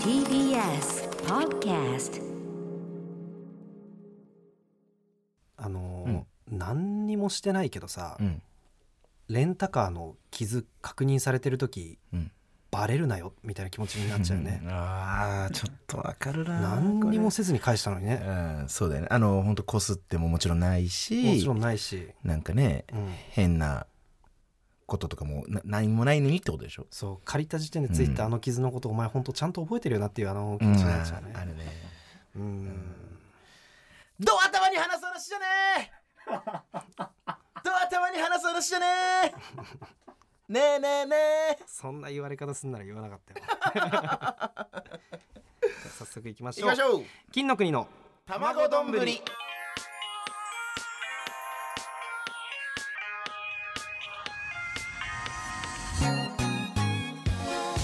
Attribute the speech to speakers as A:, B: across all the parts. A: TBS Podcast
B: あのー何にもしてないけどさ、
C: うん
B: レンタカーの傷確認されてる時
C: うん
B: バレるなよみたいな気持ちになっちゃうね
C: ああちょっとわかるな
B: 何にも
C: こ
B: せずに返したのに
C: れ
B: ね
C: うんそうだよねあの本当こすってももちろんないし
B: もちろんないし、
C: なんかね
B: うん、
C: 変なこととかもな何もないのにってことでしょ、
B: そう借りた時点でついたあの傷のこと、お前ほんとちゃんと覚えてるよなっていうあの気持ちになっちゃうね
C: あるね
B: うん、
C: どう頭に話す話じゃねえどう頭に話す話じゃねえねえねえねえ
B: そんな言われ方すんなら言わなかったよ じゃあ早速行きまし
C: 行
B: ょう
C: きましょう
B: 金の国の
C: 卵丼ぶり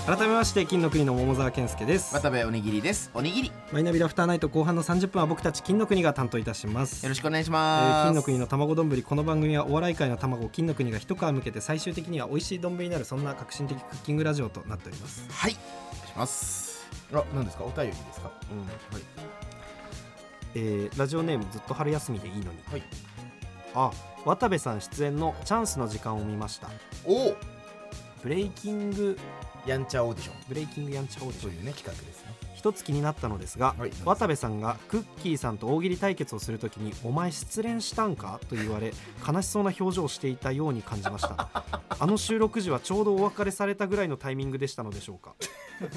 B: 改めまして金の国の桃沢健介です
C: 渡部おにぎりですおにぎりよ
B: マイナビラフターナイト後半の30分は僕たち金の国が担当いたします
C: ろしくお願いし
B: えー
C: ます、
B: 金の国の卵丼ぶりこの番組はお笑い界の卵を金の国が一皮むけて最終的には美味しい丼になるそんな革新的クッキングラジオとなっております、
C: はいお願いしますあ何ですかお便りですかはい
B: えーラジオネームずっと春休みでいいのに、
C: はい
B: あ渡部さん出演の「チャンスの時間」を見ました
C: おお
B: ブレイキング
C: やんちゃオーディション
B: ブレイキングやんちゃおう
C: と
B: とい
C: いううね企画ですね
B: 一つ気になったのですが、
C: はい
B: 渡部さんがクッキーさんと大喜利対決をするときに「お前失恋したんか?」と言われ悲しそうな表情をしていたように感じました あの収録時はちょうどお別れされたぐらいのタイミングでしたのでしょうか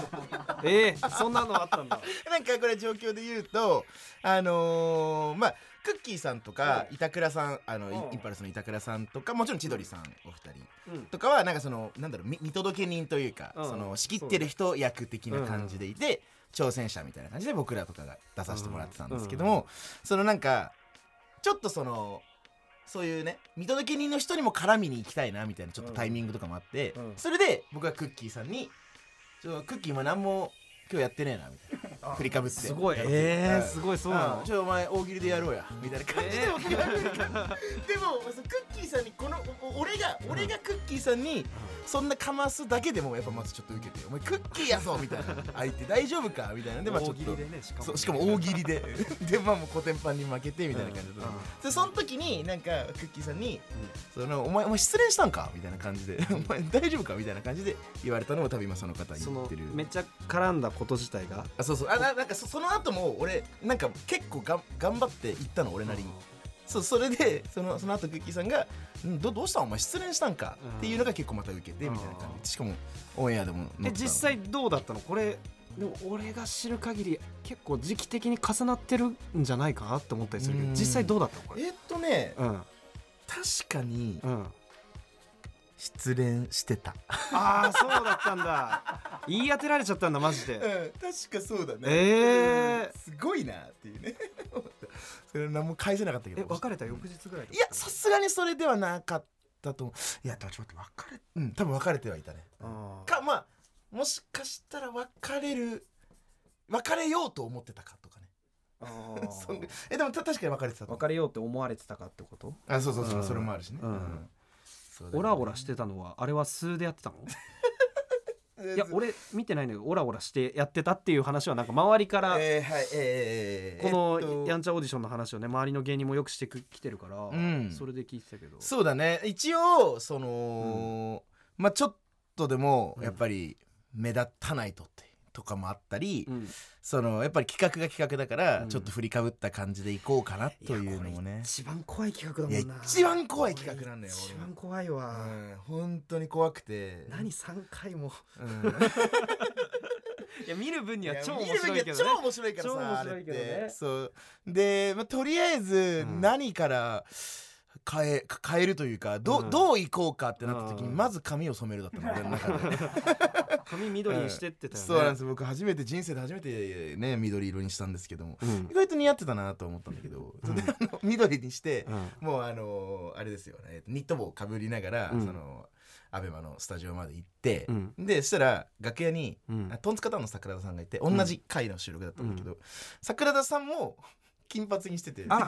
B: えー、そんなのあったんだ
C: なんかこれ状況で言うとあのーまあクッキーさんとか
B: うん
C: 板倉さんあの、
B: うん
C: インパルスの板倉さんとかもちろん千鳥さんお二人
B: うん
C: とかはなんかそのなんだろうみ見届け人というか、
B: うん
C: その仕切ってる人役的な感じでいて、挑戦者みたいな感じで僕らとかが出させてもらってたんですけども、そのなんかちょっとそのそういうね見届け人の人にも絡みに行きたいなみたいなちょっとタイミングとかもあって、
B: うん
C: それで僕はクッキーさんに「ちょクッキー今何も今日やってねえな」みたいな振りかぶって
B: すごい
C: やって
B: えー、
C: はい
B: すごいそうな
C: あ
B: の
C: ちょお前大喜利でやろうやみたいな感じで僕が振りかぶってでもそのクッキーさんにこのおお俺が俺がクッキーさんにそんなかますだけでもやっぱまずちょっと受けて「お前クッキーやぞ」みたいな「相手大丈夫か?」みたいなでまあち
B: 大
C: ょっ
B: 喜利
C: と
B: でねしかも
C: そうしかも大喜利ででまあもうコテンパンに負けてみたいな感じで、
B: うんうん
C: でその時になんかクッキーさんに「そのお前お前失恋したんか?」みたいな感じで「 お前大丈夫か?」みたいな感じで言われたのを多分今その方に
B: そ
C: 言っ
B: の
C: てる
B: めっちゃ絡んだこと自体が
C: あそうそうあななんかそその後も俺なんか結構がん頑張って行ったの俺なりに、そうそれでそのその後クッキーさんがんど「どうしたんお前失恋したんか?
B: うん」
C: っていうのが結構また受けてみたいな感じでしかもオンエアでも載ってた
B: え
C: の
B: 実際どうだったのこれでも俺が知る限り結構時期的に重なってるんじゃないかなって思ったりするけど
C: うん
B: 実際どうだったのこ
C: え
B: れ
C: ーっとね
B: うん
C: 確かに
B: うん
C: 失恋してた、
B: ああそうだったんだ言い当てられちゃったんだマジ
C: うん、
B: で
C: 確かそうだね
B: えー
C: うんすごいなっていうね それ何も返せなかったけど
B: え別れた翌日ぐらい
C: いやさすがにそれではなかったと思ういやちょっと待って別れうん多分別れてはいたね
B: か
C: かまあもしかしたら別れる別れようと思ってたかとか ねそんぐえでもた確かに別れてたと思う
B: 別れようって思われてたかってこと
C: あそうそうそ
B: う
C: う、
B: ん
C: それもあるしね、
B: うん
C: そうだね
B: オラオラしてたのはあれは数でやってたの
C: えー
B: いや俺見てないんだけどオラオラしてやってたっていう話はなんか周りから
C: えーはいえー、
B: こ
C: えっ
B: の
C: と
B: やんちゃオーディションの話をね周りの芸人もよくしてきてるから、
C: ん
B: それで聞いてたけど
C: そうだね一応その、まあちょっとでも
B: うん
C: やっぱり目立たないとってとかもあったり、
B: うん、
C: そのやっぱり企画が企画だから、
B: うん
C: ちょっと振りかぶった感じでいこうかなというのもね
B: 一番怖い企画だ
C: いや
B: もんな
C: 一番怖い企画なんだよ
B: 一
C: 俺は
B: 番怖いわ、
C: うん本当に怖くて
B: 何3回も
C: うん
B: いや見る分には超
C: いや
B: 面白いけどね
C: 見る分には超面白いから
B: 超
C: さ
B: 面
C: あ
B: 白
C: れっ
B: いけどね
C: てそうで、まあ、とりあえず
B: うん
C: 何から変え変えるというかど,、う
B: うん
C: どう行こうかってなった時に
B: うん
C: まず髪を染めるだったの俺の 中で、
B: 髪緑にしてってたよね、
C: そうなんです僕初めて人生で初めてね緑色にしたんですけども
B: うん
C: 意外と似合ってたなと思ったんだけど、それであの緑にして、
B: うん
C: もうあのーあれですよねえっとニット帽をかぶりながら、
B: うん
C: そのアベマのスタジオまで行って、
B: うん
C: でそしたら楽屋に
B: うん
C: あトンツカタンの桜田さんがいて同じ回の収録だったんだけど、桜田さんも金髪にしててま
B: あ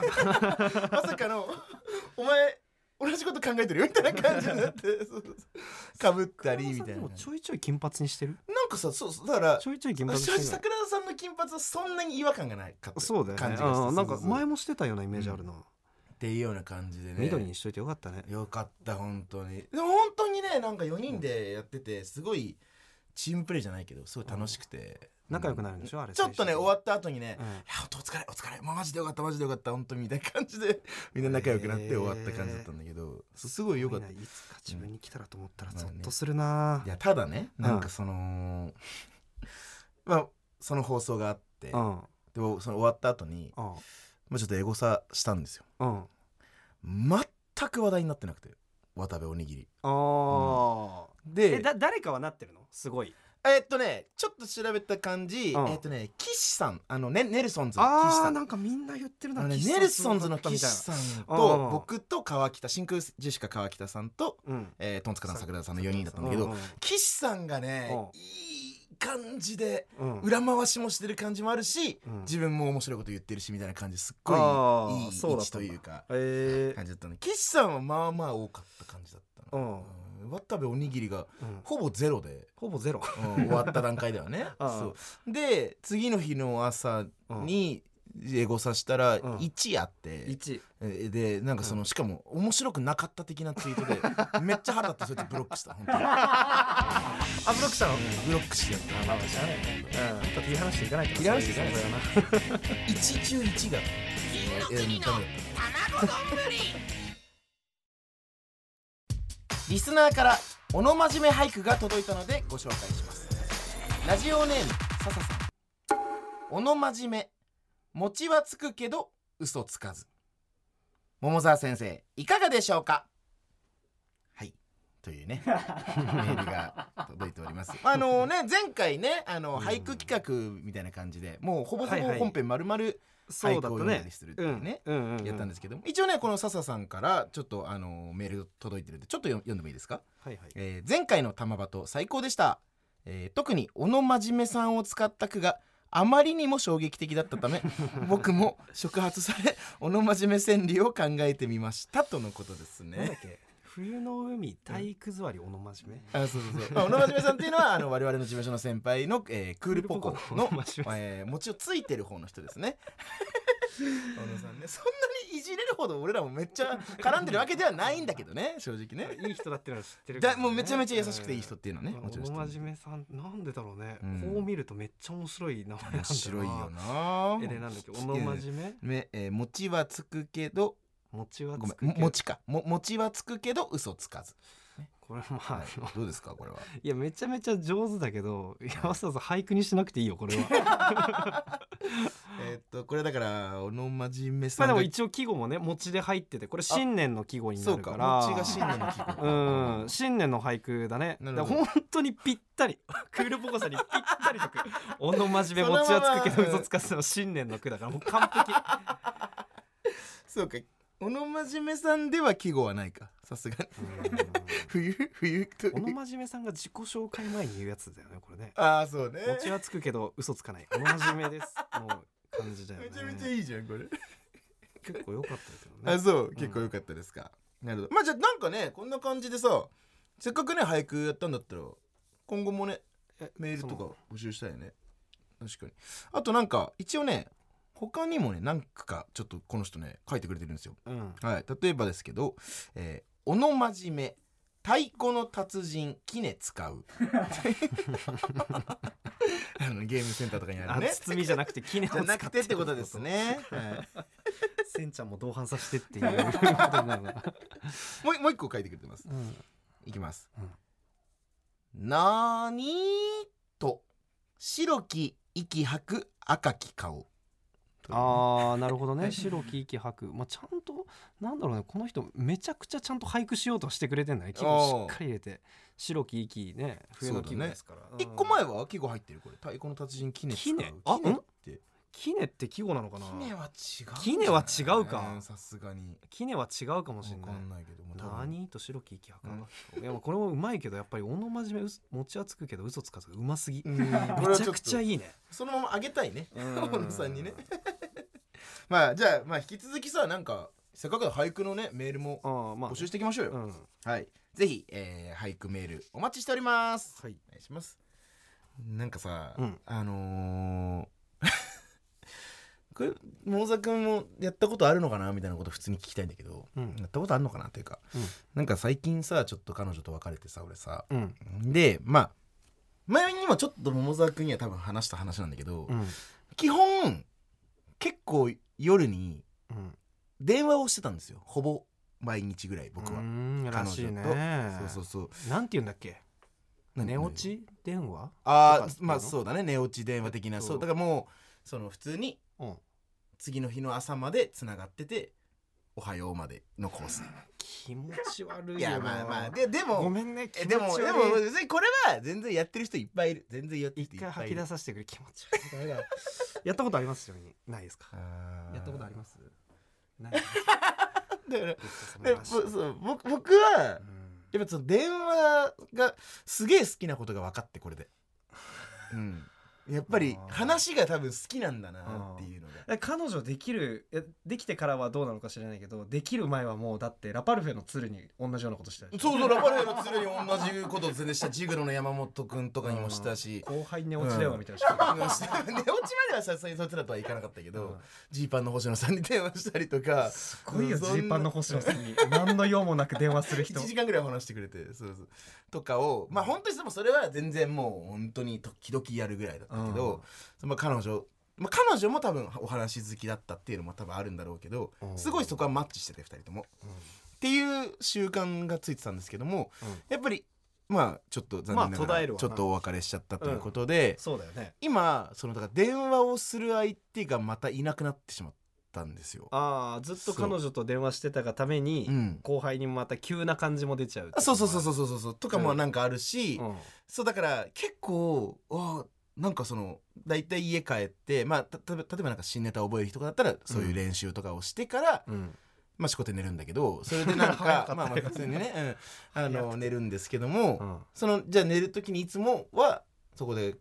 C: さかの「お前同じこと考えてるよみたいな感じに なってそうそうそうかぶったりみたいな
B: も
C: なん
B: ちょいちょい金髪にしてる
C: かさそうそうだから
B: ちょいちょい金髪に
C: 正直
B: してる
C: 桜田さんの金髪はそんなに違和感がないかった
B: そうだよ
C: 感
B: ね
C: じがした
B: あーなん
C: そ
B: か
C: うそうそう
B: 前もしてたようなイメージあるな、
C: っていうような感じでね
B: 緑にしといてよかったね
C: よかった本当にでも本当にねなんか4人でやっててすごいチームプレーじゃないけどすごい楽しくて、
B: 仲良くなるんでしょあれ
C: ちょっとね終わった後にね、
B: うん
C: いや本当お疲れお疲れもうマジでよかったマジでよかった本当にみたいな感じでみんな仲良くなっ
B: へ
C: て
B: ー
C: 終わった感じだったんだけど、そうすごいよかった
B: い
C: い
B: ないつか自分に来たらと思ったら
C: うん
B: ゾッとするな、
C: やただね
B: うん
C: なんかその、まあその放送があって、
B: うん
C: でもその終わった後に、
B: うん
C: まあ、ちょっとエゴサしたんですよ
B: うん
C: 全く話題になってなくて渡部おにぎり
B: ああ、
C: で
B: えだ誰かはなってるのすごい
C: えっとねちょっと調べた感じ、
B: うん
C: えっとね岸さんあのねネルソンズの岸
B: あ
C: さ
B: あ
C: ん
B: なんかみんな言ってる
C: あ
B: な
C: のね
B: 岸さん
C: ネルソンズの
B: すごか
C: 岸
B: った
C: さん
B: うんう
C: と
B: ん
C: 僕と川北真空ジェシカ川北さんと、
B: みたいなうん
C: えー、トンツカタン桜田さんの4人だったんだけど、
B: うん
C: 岸さんがね、
B: う
C: いい感じで
B: うん
C: 裏回しもしてる感じもあるし、
B: うん
C: 自分も面白いこと言ってるしみたいな感じすっ
B: あ
C: ご
B: ー
C: いいい
B: そう
C: 位
B: だっ
C: 置
B: た
C: と
B: んだ
C: いうか
B: え
C: 感じだったので岸さんはまあまあ多かった感じだった
B: ーう
C: の、
B: ん
C: うん渡部おにぎりが
B: うん
C: ほぼゼロで。
B: ほぼゼロ
C: うん終わった段階で はね
B: ああ
C: そうで次の日の朝にエゴサしたら
B: うん
C: 1あって、
B: 一
C: えでなんかその、しかも面白くなかった的なツイートでめっちゃ腹立ってそいつブロックした本当に
B: あブロックしたのうん
C: ブロックしてやった
B: 知らないうんちょっといい話していかないと
C: いい話していかないと
B: そうだよ
C: 191がえーダメだった リスナーからおの真面目俳句が届いたのでご紹介しますラジオネーム笹さんおの真面目餅はつくけど嘘つかず桃沢先生いかがでしょうかはいというねメールが届いておりますあのね前回ねあの俳句企画みたいな感じでもうほぼほぼ本編丸々
B: そうだっ
C: 俳句を
B: た
C: 読んだ
B: ね
C: りするっていうね
B: うんうんうん
C: やったんですけども一応ねこの笹さんからちょっとあのメール届いてるんでちょっと読読んでもいいですか、
B: はいはい
C: えー前回の玉鳩最高でした、えー特に小野真面目さんを使った句があまりにも衝撃的だっ たため僕も触発され小野真面目川柳を考えてみましたとのことです
B: なんだ
C: ね
B: っけ冬の海体育座りおのまじめ
C: あそうそうそう、まあ、小野真面目さんっていうのはあの我々の事務所の先輩の、えークールポコの
B: クールポコの真面目さん
C: えー、餅をついてる方の人ですね小野さんねそんなにいじれるほど俺らもめっちゃ絡んでるわけではないんだけどね正直ね
B: いい人だってのは知ってるから
C: だ
B: ね
C: もうめちゃめちゃ優しくていい人っていうのはね
B: うん
C: もちろん知
B: 小
C: って
B: 野
C: る
B: 真面目さんなんでだろうね、
C: うん
B: こう見るとめっちゃ面白い名前なんだな
C: 面白いよな
B: えでなんだっけ小野真面目
C: め、えー、餅はつくけど
B: 餅は
C: ごめ
B: つ
C: ん
B: く
C: も
B: けど
C: 餅かも餅はつくけど嘘つかず、
B: これまあ
C: はい
B: あの、
C: どうですかこれはい
B: やめちゃめちゃ上手だけどいやわざわざ俳句にしなくていいよこれ は
C: えーっとこれだから小野真面目
B: ま
C: さ
B: あで
C: んが
B: も一応季語もね餅で入っててこれ新年の季語にな
C: そう
B: る
C: か
B: から
C: 餅が新年の季語
B: うん新年の俳句だね
C: な
B: だ
C: る
B: から
C: ほど
B: 本当にぴったりクールポコさんにぴったりの 句「おの真面目
C: そのま
B: 餅
C: ま
B: はつくけど嘘つかす」の新年の句だからもう完璧
C: そうか小野真面目さんでは季語はないかさすがに冬 冬と
B: 小野真面目さんが自己紹介前に言うやつだよねこれね
C: ああそうね
B: 餅はつくけど嘘つかない小野真面目ですの感じだよね
C: めちゃめちゃいいじゃんこれ
B: 結構良かったけどね
C: あそう結構良かったですか、なるほどまあじゃあなんかねこんな感じでさせっかくね俳句やったんだったら今後もね
B: え
C: メールとか
B: そ
C: 募集したいね確かにあとなんか一応ね他にもね何句かちょっとこの人ね書いてくれてるんですよ
B: うん
C: はい例えばですけど「えー、おの真面目太鼓の達人きね使 う」あのゲームセンターとかにあ
B: あ
C: るね
B: 包みじゃなくてキネを
C: じ
B: 使
C: ゃ
B: って
C: なくてってことです ね、はい
B: せんちゃんも同伴させてっていうことなの
C: もうもう一個書いてくれてます
B: うん
C: いきます。
B: うん
C: なーにーと白き息吐く赤き顔。
B: あーなるほどね白き息吐く、まあ、ちゃんとなんだろうねこの人めちゃくちゃちゃんと俳句しようとしてくれてんだね季語しっかり入れて白き息ね冬の季語ですから、
C: 一個前は季語入ってるこれ。太鼓の達人キネ使う。
B: キネあ
C: キネって。
B: キネって季語なのかな
C: キネは違う。
B: キネは違うか
C: んさすがに。
B: キネは違うかも
C: わ
B: しれな
C: か
B: い
C: んないけども。多分
B: 何と白き息吐く、いやまあこれもうまいけどやっぱり小野真面目うす餅はつくけど嘘つかずうますぎ、
C: うん
B: めちゃくちゃ
C: い。
B: いいね
C: そのままあげたいね。
B: うん
C: 小野さんにね。まあじゃあまあ引き続きさなんかせっかくで俳句のねメールも
B: ああまあ
C: 募集していきましょうよ、
B: うん
C: はいぜひ、えー俳句メールお待ちしております
B: はい
C: お願いしますなんかさ、
B: うん
C: あのー これ桃沢君もやったことあるのかなみたいなこと普通に聞きたいんだけど、
B: うん
C: やったことあるのかなっていうか、
B: うん
C: なんか最近さちょっと彼女と別れてさ俺さ
B: うん
C: でまあ前にもちょっと桃沢君には多分話した話なんだけど、
B: うん
C: 基本結構夜に
B: うん
C: 電話をしてたんですよほぼ毎日ぐらい僕は、
B: うーんら
C: 彼女と
B: しいね
C: そうそうそう
B: なんて言うんだっけ
C: 何
B: 寝落ち電話
C: あ
B: とかっ
C: あ
B: ていうの
C: まあそうだね寝落ち電話的な
B: そう
C: そうだからもうその普通に
B: うん
C: 次の日の朝までつながってて「おはよう」までのコース
B: 気持ち悪いよ
C: いやまあまあでで
B: ご
C: も
B: めんね
C: え
B: 気持ち
C: でも
B: 悪い
C: でも別にこれは全然やってる人いっぱいいる全然やってる人
B: 一
C: いっぱ
B: 回
C: い
B: 吐き出
C: す
B: させてくれ気持ち悪いダメだやったことありますよねないですかやったことあります ないですか
C: だから
B: 言ってその
C: でぼ
B: 話
C: そう僕僕は
B: うん
C: やっぱその電話がすげえ好きなことが分かってこれ で、うん、やっぱり
B: あー
C: 話が多分好きなんだなっていうのが
D: 彼女できるいやできてからはどうなのか知らないけどできる前はもうだってラパルフェの鶴に同じようなことしてたでしょ
C: そうそうラパルフェの鶴に同じことを全然したジグロの山本君とかにもしたし
D: 後輩寝落ちだよみたいな
C: 寝落ちまではさすがにそいつらとはいかなかったけ
D: うん
C: どジーパンの星野さんに電話したりとか
D: すごいよジ
C: そんな
D: ーパンの星野さんに何の用もなく電話する人
C: 1時間ぐらい話してくれてそうそうとかをまあ本当にでもそれは全然もう本当に時々やるぐらいだったけど、まあ、彼女、まあ、彼女も多分お話好きだったっていうのも多分あるんだろうけど
B: うん
C: すごいそこはマッチしてて2人とも。
B: うん
C: っていう習慣がついてたんですけども、
B: うん
C: やっぱりまあちょっと残念な
B: まあ途絶え
C: がら
B: るわ
C: ちょっとお別れしちゃったということで、
D: そうだよね
C: 今そのだから電話をする相手がまたいなくなってしまったんですよ。
B: ああずっと彼女と電話してたがために、
C: うん
B: 後輩にもまた急な感じも出ちゃう
C: あそうそうそう
B: う
C: そうそうそうとかもなんかあるし、
B: ん、
C: そうだから結構あなんかその大体家帰ってまあたた例えばなんか新ネタ覚える人だったらそういう練習とかをしてから、
B: うん、
C: まあ仕事で寝るんだけ どそれでなん
D: 早かっ
C: か
D: たよ
C: まあまあ普通にね、うん、あの寝るんですけども、
B: うん、
C: そのじゃあ寝る時にいつもはそこで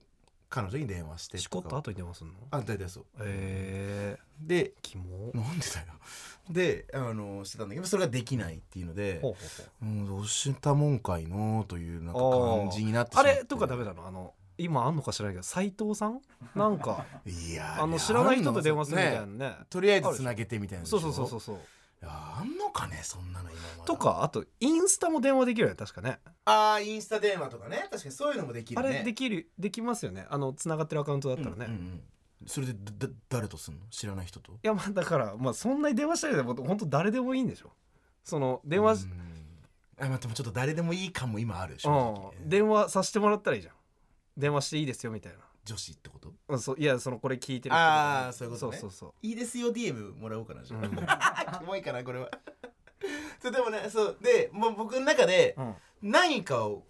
C: 彼女に電話して
B: しことった
C: か
B: 後に電話すんの
C: あ大体そう
B: ええ
C: で
B: ー、キモ
C: なんでだよ であのしてたんだけどそれができないっていうので
B: ほうほうほう
C: うんどうしたもんかいのというなんか
B: あー
C: 感じになってしま
B: あ
C: って
B: れとかダメだのあの今あんのか知らないけど斎藤さんなんか
C: いや
B: あの知らない人と電話するみたいな
C: ね
B: ね
C: とりあえずつなげてみたいな
B: そうそうそうそううそう
C: あんのかねそんなの今まだ
B: とかあとインスタも電話できるよね確かね
C: ああインスタ電話とかね確かにそういうのもでき
B: あ
C: るね
B: れできるできますよねあのつながってるアカウントだったらね、
C: うんうんうんそれでだだ誰とすんの知らない人と
B: いやまあだから、まあ、そんなに電話したりでも本当誰でもいいんでしょその電話、
C: うんあまあでもちょっと誰でもいい感も今ある正直
B: うん、電話させてもらったらいいじゃん電話していいですよみたいな、
C: 女子ってこと
B: うん、そういやそのこれ聞いてる人とかね
C: あーそういうことね
B: そうそう
C: いいですよ DM もらおうかなじ
B: そ
C: ゃ
B: う、
C: あ、 キモいかなこれは そうでもねそうでもう僕の中で
B: うん
C: 何かを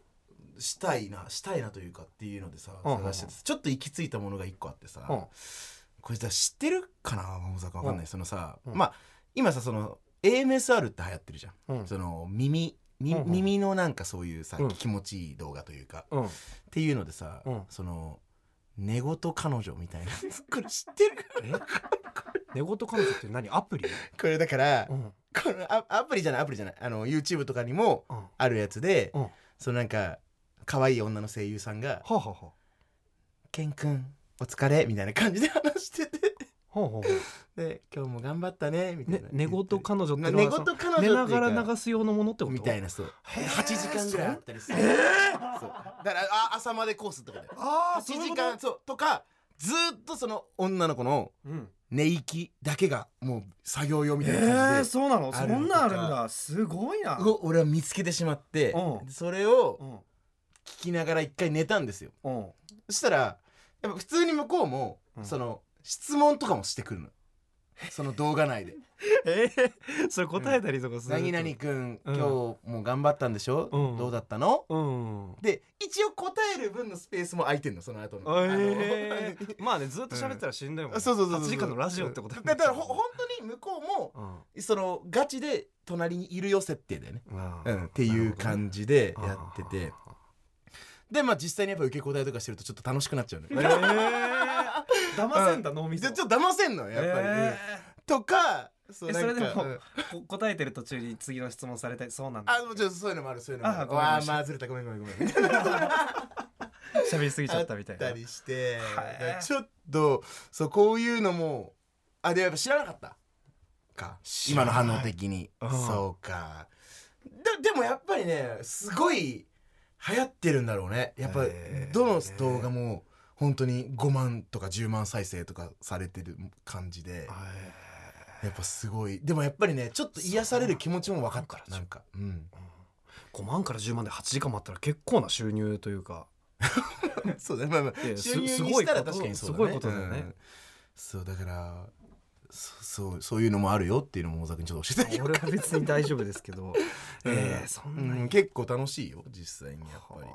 C: したいなしたいなというかっていうのでさ
B: うんうんうん
C: 探しててちょっと行き着いたものが一個あってさ、
B: うん
C: これさ知ってるかな桃坂わかんない、そのさ、
B: うん
C: まあ今さその AMSR って流行ってるじゃん、
B: うん
C: その耳み
B: うんうん
C: 耳のなんかそういうさ、
B: うん
C: 気持ちいい動画というか、
B: うん、
C: っていうのでさ、
B: うん
C: その寝言彼女みたいな これ知ってる
B: え寝言彼女って何アプリ、
C: これだから、
B: うん
C: このアアプリじゃないアプリじゃないあの YouTube とかにも
B: うん、は
C: あるやつで、
B: うん
C: そのなんか可愛い女の声優さんが
B: あ、はあはあ、は
C: 「ケンくんお疲れ」みたいな感じで話してて
B: あはあ
C: で「今日も頑張ったね」みたい
B: ね
C: な、
B: 寝言彼女って
C: な
B: のは
C: 寝言
B: その
C: 彼女
B: 寝な
C: っていう
B: が
C: から
B: 流す用のものってこと
C: みたいなそう8時間ぐらいあったりする、そうだからあ朝までコースってことだよ
B: あ
C: 8時間そうとかずーっとその女の子の
B: うん
C: 寝息だけがもう作業用みたいな感じで、
D: えー、そうなの
C: あ
D: そ
C: る
D: んなんあるんだすごいな
C: うお俺は見つけてしまって
B: うん
C: それを
B: うん
C: 聞きながら一回寝たんですよ
B: うん
C: そしたらやっぱ普通に向こうも、
B: うん
C: その質問とかもしてくるのその動画 内で
B: えー、それ答えたりとか
C: 「
B: する
C: 何々くん
B: う
C: 今
B: ん
C: 日もう頑張ったんでしょ、
B: うん
C: どうだったの?」
B: うん
C: で一応答える分のスペースも空いてんのその後の。
B: え
C: あの
B: ー、まあねずっと喋ってたら死んだよ、
C: そうそうそうそう
B: 8時間のラジオってこと
C: だからほ本当に向こうも
B: うん
C: そのガチで隣にいるよ設定だよね、
B: あ
C: う
B: ー
C: ん、っていう感じでやってて、
B: なる
C: でまあ実際にやっぱ受け答えとかしてるとちょっと楽しくなっちゃうね
B: ほどねあーえー、騙せんだ脳み
C: ち
B: そ
C: ょっと騙せんのよやっぱり、
B: え
C: とかそ
D: えそれで
C: なんか
D: も
C: うん
D: こ答えてる途中に次の質問されたりそうなんだ
C: あでもちょっとそういうのもあるそういうのもあ
D: あ
C: る
D: ごめんなさ
C: わあ
D: い
C: まあずれたごめんごめんごめん みたいな
D: 喋りすぎちゃったみたいな
C: あったりして
D: はい
C: だからちょっとそうこういうのもあでやっぱ知らなかったか
B: 知
C: 今
B: ら
C: の
B: ない
C: 反応的に
B: うん
C: そうかででもやっぱりねすごい流行ってるんだろうねやっぱ
B: へー
C: どの動画も本当に5万とか10万再生とかされてる感じでやっぱすごいでもやっぱりねちょっと癒される気持ちも分かった
B: そう
C: なんかうん
B: 5万から10万で8時間もあったら結構な収入というか
C: そうだね、まあまあ
B: いや
C: 収入に
B: すすご
C: し
B: い
C: たら
B: こと
C: 確かにそうだね
B: すごいことだよね
C: うんそうだからそそうそういうのもあるよっていうのも大沢君ちょっと教え てあげよ
B: 俺は別に大丈夫ですけど
C: うん
B: えーそ
C: うん
B: なに
C: うん結構楽しいよ実際にやっぱり、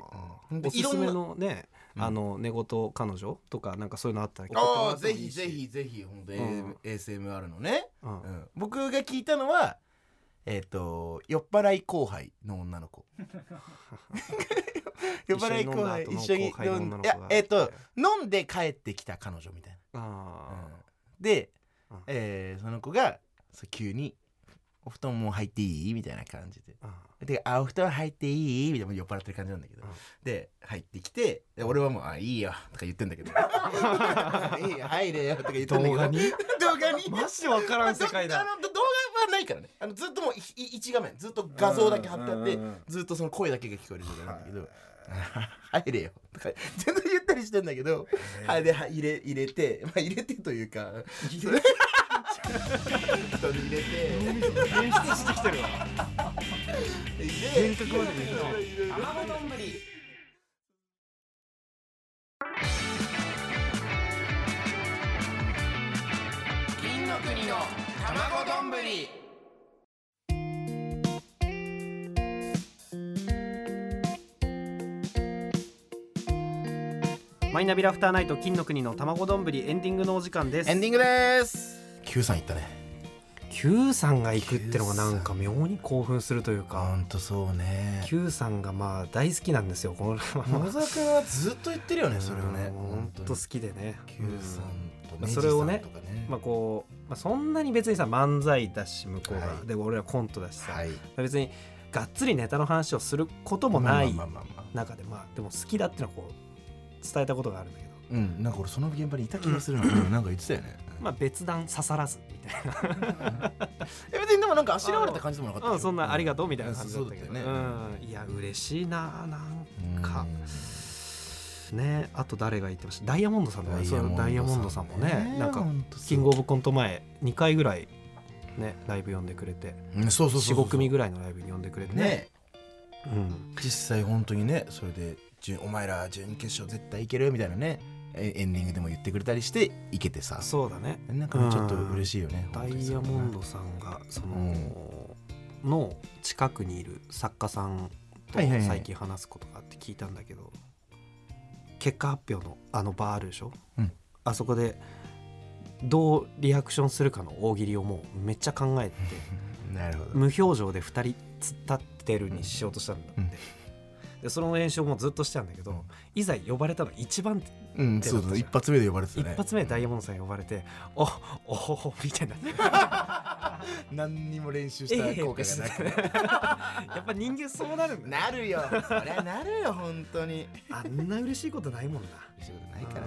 C: うん
B: お
C: です
B: すめ
C: いろんな
B: のね、
C: うん
B: あの寝言彼女とかなんかそういうのあったら
C: ああ
B: 送ってもらっても
C: ぜ
B: い
C: ひ
B: いし
C: ぜひぜひ本当、
B: う
C: AM
B: ん
C: ASMR のね、
B: うん
C: うん僕が聞いたのはえっ、と酔っ払い後輩の女の子 酔っ払い後輩一
B: 一緒
C: 緒
B: に
C: に
B: 飲んだ後の後輩の
C: 飲ん
B: 女の子が
C: いやえっ、と飲んで帰ってきた彼女みたいな
B: あ
C: で
B: うん、
C: えーその子がそう急に「お布団もう入っていい?」みたいな感じで
B: ーあ
C: 「であお布団入っていい?」みたいな酔っ払ってる感じなんだけど、
B: うん
C: で入ってきてで俺はもう「あいいよ」とか言ってん だけど「いいよ入れよ」とか言ってんだけ
B: 動
C: ど
B: 画に
C: 動画に
D: マジで分からん世界
C: あ
D: だ
C: のど動画はないからねあのずっともう1画面ずっと画像だけ貼ってあって
D: うんうんうん
C: ずっとその声だけが聞こえる状態なんだけど「入れよ」とか全然言ったりしてんだけどあでは入れ入れて、まあ、入れてというかそれ人に入れて
D: 演出してきてるわ
C: で
B: 幻覚まで見えた
C: 金の国の卵丼ぶり
B: マイナビラフターナイト金の国の卵丼エンディングのお時間です
C: エンディングです九さんいったね
B: Q さんが行くってのがなんか妙に興奮するという
C: ほ
B: か
C: んとそうね
B: Q さんがまあ大好きなんですよこの
C: 野沢君はずっと言ってるよねそれをね
B: 本当好きでね
C: 九さんと
B: まあ
C: ね
B: それをね
C: とかね
B: まあこう、まあ、そんなに別にさ漫才だし向こうが、
C: はい
B: で俺らコントだしさ、
C: はい
B: 別にがっつりネタの話をすることもない
C: まあまあまあまあ
B: 中でまあでも好きだってのはこう伝えたことがあるんだけど
C: うんなんか俺その現場にいた気がするのなんか言ってたよね
B: まあ別段刺さらずみたいな
C: え別にでもなんかあしらわれた感じでもなかった
B: う
C: よ
B: んそんなありがとうみたいな感じだ
C: そ
B: っ
C: う
B: た
C: だ
B: け
C: った
B: ど
C: よね
B: うんいや嬉しいななんか
C: うん
B: ねあと誰が言ってましたダイヤモンドさんとかねそうダ
C: ダ
B: イ
C: イ
B: ヤ
C: ヤ
B: モ
C: モ
B: ン
C: ン
B: ド
C: ド
B: さ
C: さ
B: ん
C: ん
B: もね
C: ね
B: なんか
C: ほんとそう
B: キングオブコント前2回ぐらいねライブ呼んでくれて
C: うんそうそうそうそう
B: 45組ぐらいのライブに呼んでくれて
C: ね
B: うん
C: 実際本当にねそれで準お前ら準決勝絶対いけるみたいなねえエンディングでも言ってくれたりしていけてさ
B: そうだね
C: なんかちょっと嬉しいよね
B: ダ
C: 本当に
B: イ
C: それ
B: ヤ
C: はね
B: モンドさんがその、の近くにいる作家さんと
C: はいはいはい
B: 最近話すことがあって聞いたんだけど、結果発表のあのバーあるでしょ、
C: うん
B: あそこでどうリアクションするかの大喜利をもうめっちゃ考えて
C: なるほど
B: 無表情で2人突っ立ってるにしようとしたんだって、
C: うん
B: でその練習もずっとしてたんだけど、
C: うん
B: いざ呼ばれたの一番
C: うんそうだね一発目で呼ばれてた
B: 一
C: ね
B: 発目でダイヤモンドさん呼ばれて「おおほほ」みたいになって
C: 何にも練習
B: え
C: した効果がなく、
B: やっぱ人間そうなるんだ
C: なるよそりゃなるよ本当に
B: あんな嬉しいことないもんな
C: 仕事ないからね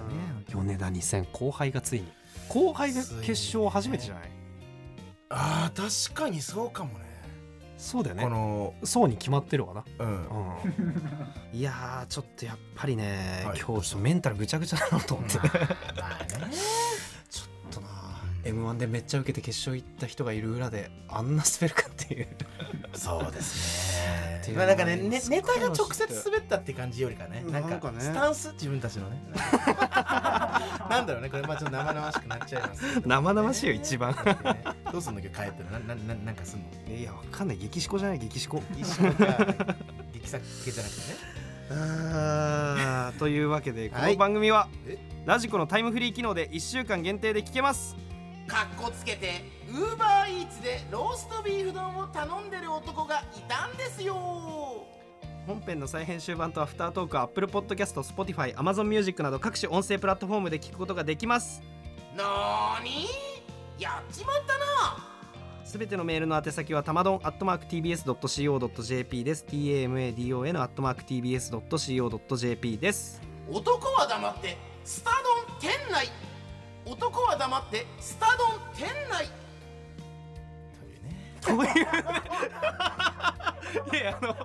B: 米田2000後輩がついに後輩で決勝初めてじゃない
C: あー確かにそうかもね
B: そうだよ
C: こ
B: ね
C: の
B: そうに決まってるわな、
C: うん
B: うん、いやーちょっとやっぱりね、
C: はい
B: 今日ちょっとメンタルぐちゃぐちゃだなと 思って、
C: まあね
B: ちょっとな m 1でめっちゃ受けて決勝行った人がいる裏であんな滑るかっていう
C: そうですね
B: っていう
C: ま
B: の
C: あ
B: が
C: なんかねね
B: ね
C: ネタが直接滑ったって感じよりかね
B: うん
C: なん
B: な
C: か
B: んかね
C: スタンス自分たち のねなんだろうねこれまあちょっと生々しくなっちゃいますけど
B: 生々しいよ一番
C: ねどうすんの今日帰ってるななななんかすんの
B: いやわかんない激しこじゃない激 しこ
C: 一緒か劇作系じゃなくてね
B: あーというわけでこ
C: は
B: の
C: い
B: 番組は、
C: え
B: ラジコのタイムフリー機能で1週間限定で聞けます
C: かっこつけてウーバーイーツでローストビーフ丼を頼んでる男がいたんですよ
B: 本編の再編集版とアフタートークは Apple Podcast、Spotify、Amazon Music など各種音声プラットフォームで聞くことができます
C: なーにやっちまったな
B: すべてのメールの宛先はたまどん @tbs.co.jp です tamadon @tbs.co.jp です
C: 男は黙ってスタドン店内男は黙ってスタドン店内という
B: という
C: ね
B: ねいやあの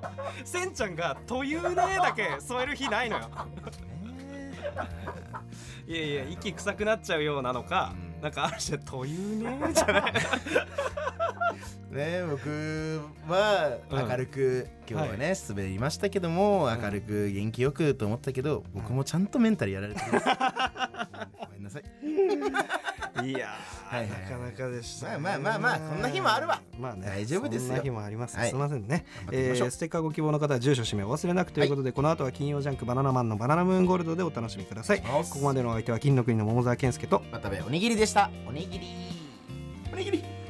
B: せんちゃんが「というね」だけ添える日ないのよいやいや息臭くなっちゃうようなのか、
C: うん
B: なんかある種「というね」じゃない
C: ね僕は
B: うん
C: 明るく、今日はね、滑りましたけども
B: ん
C: 明るく元気よくと思ったけど、僕もちゃんとメンタルやられて ます、ごめんなさい
B: いやー、
C: はいはいはい
B: なかなかでしたね、
C: まあまあまあまあこんな日もあるわ
B: まあね、
C: 大丈夫ですよ
B: そんな日もあります、
C: はい
B: すいませんね
C: 頑張っていき
B: え
C: ましょう
B: ーステッカーご希望の方は住所氏名をお忘れなくということで、この後は金曜ジャンクバナナマンのバナナムーンゴールドでお楽しみくださいここまでのお相手は金の国の桃沢健介と
C: またべおにぎりでしたおにぎりおにぎり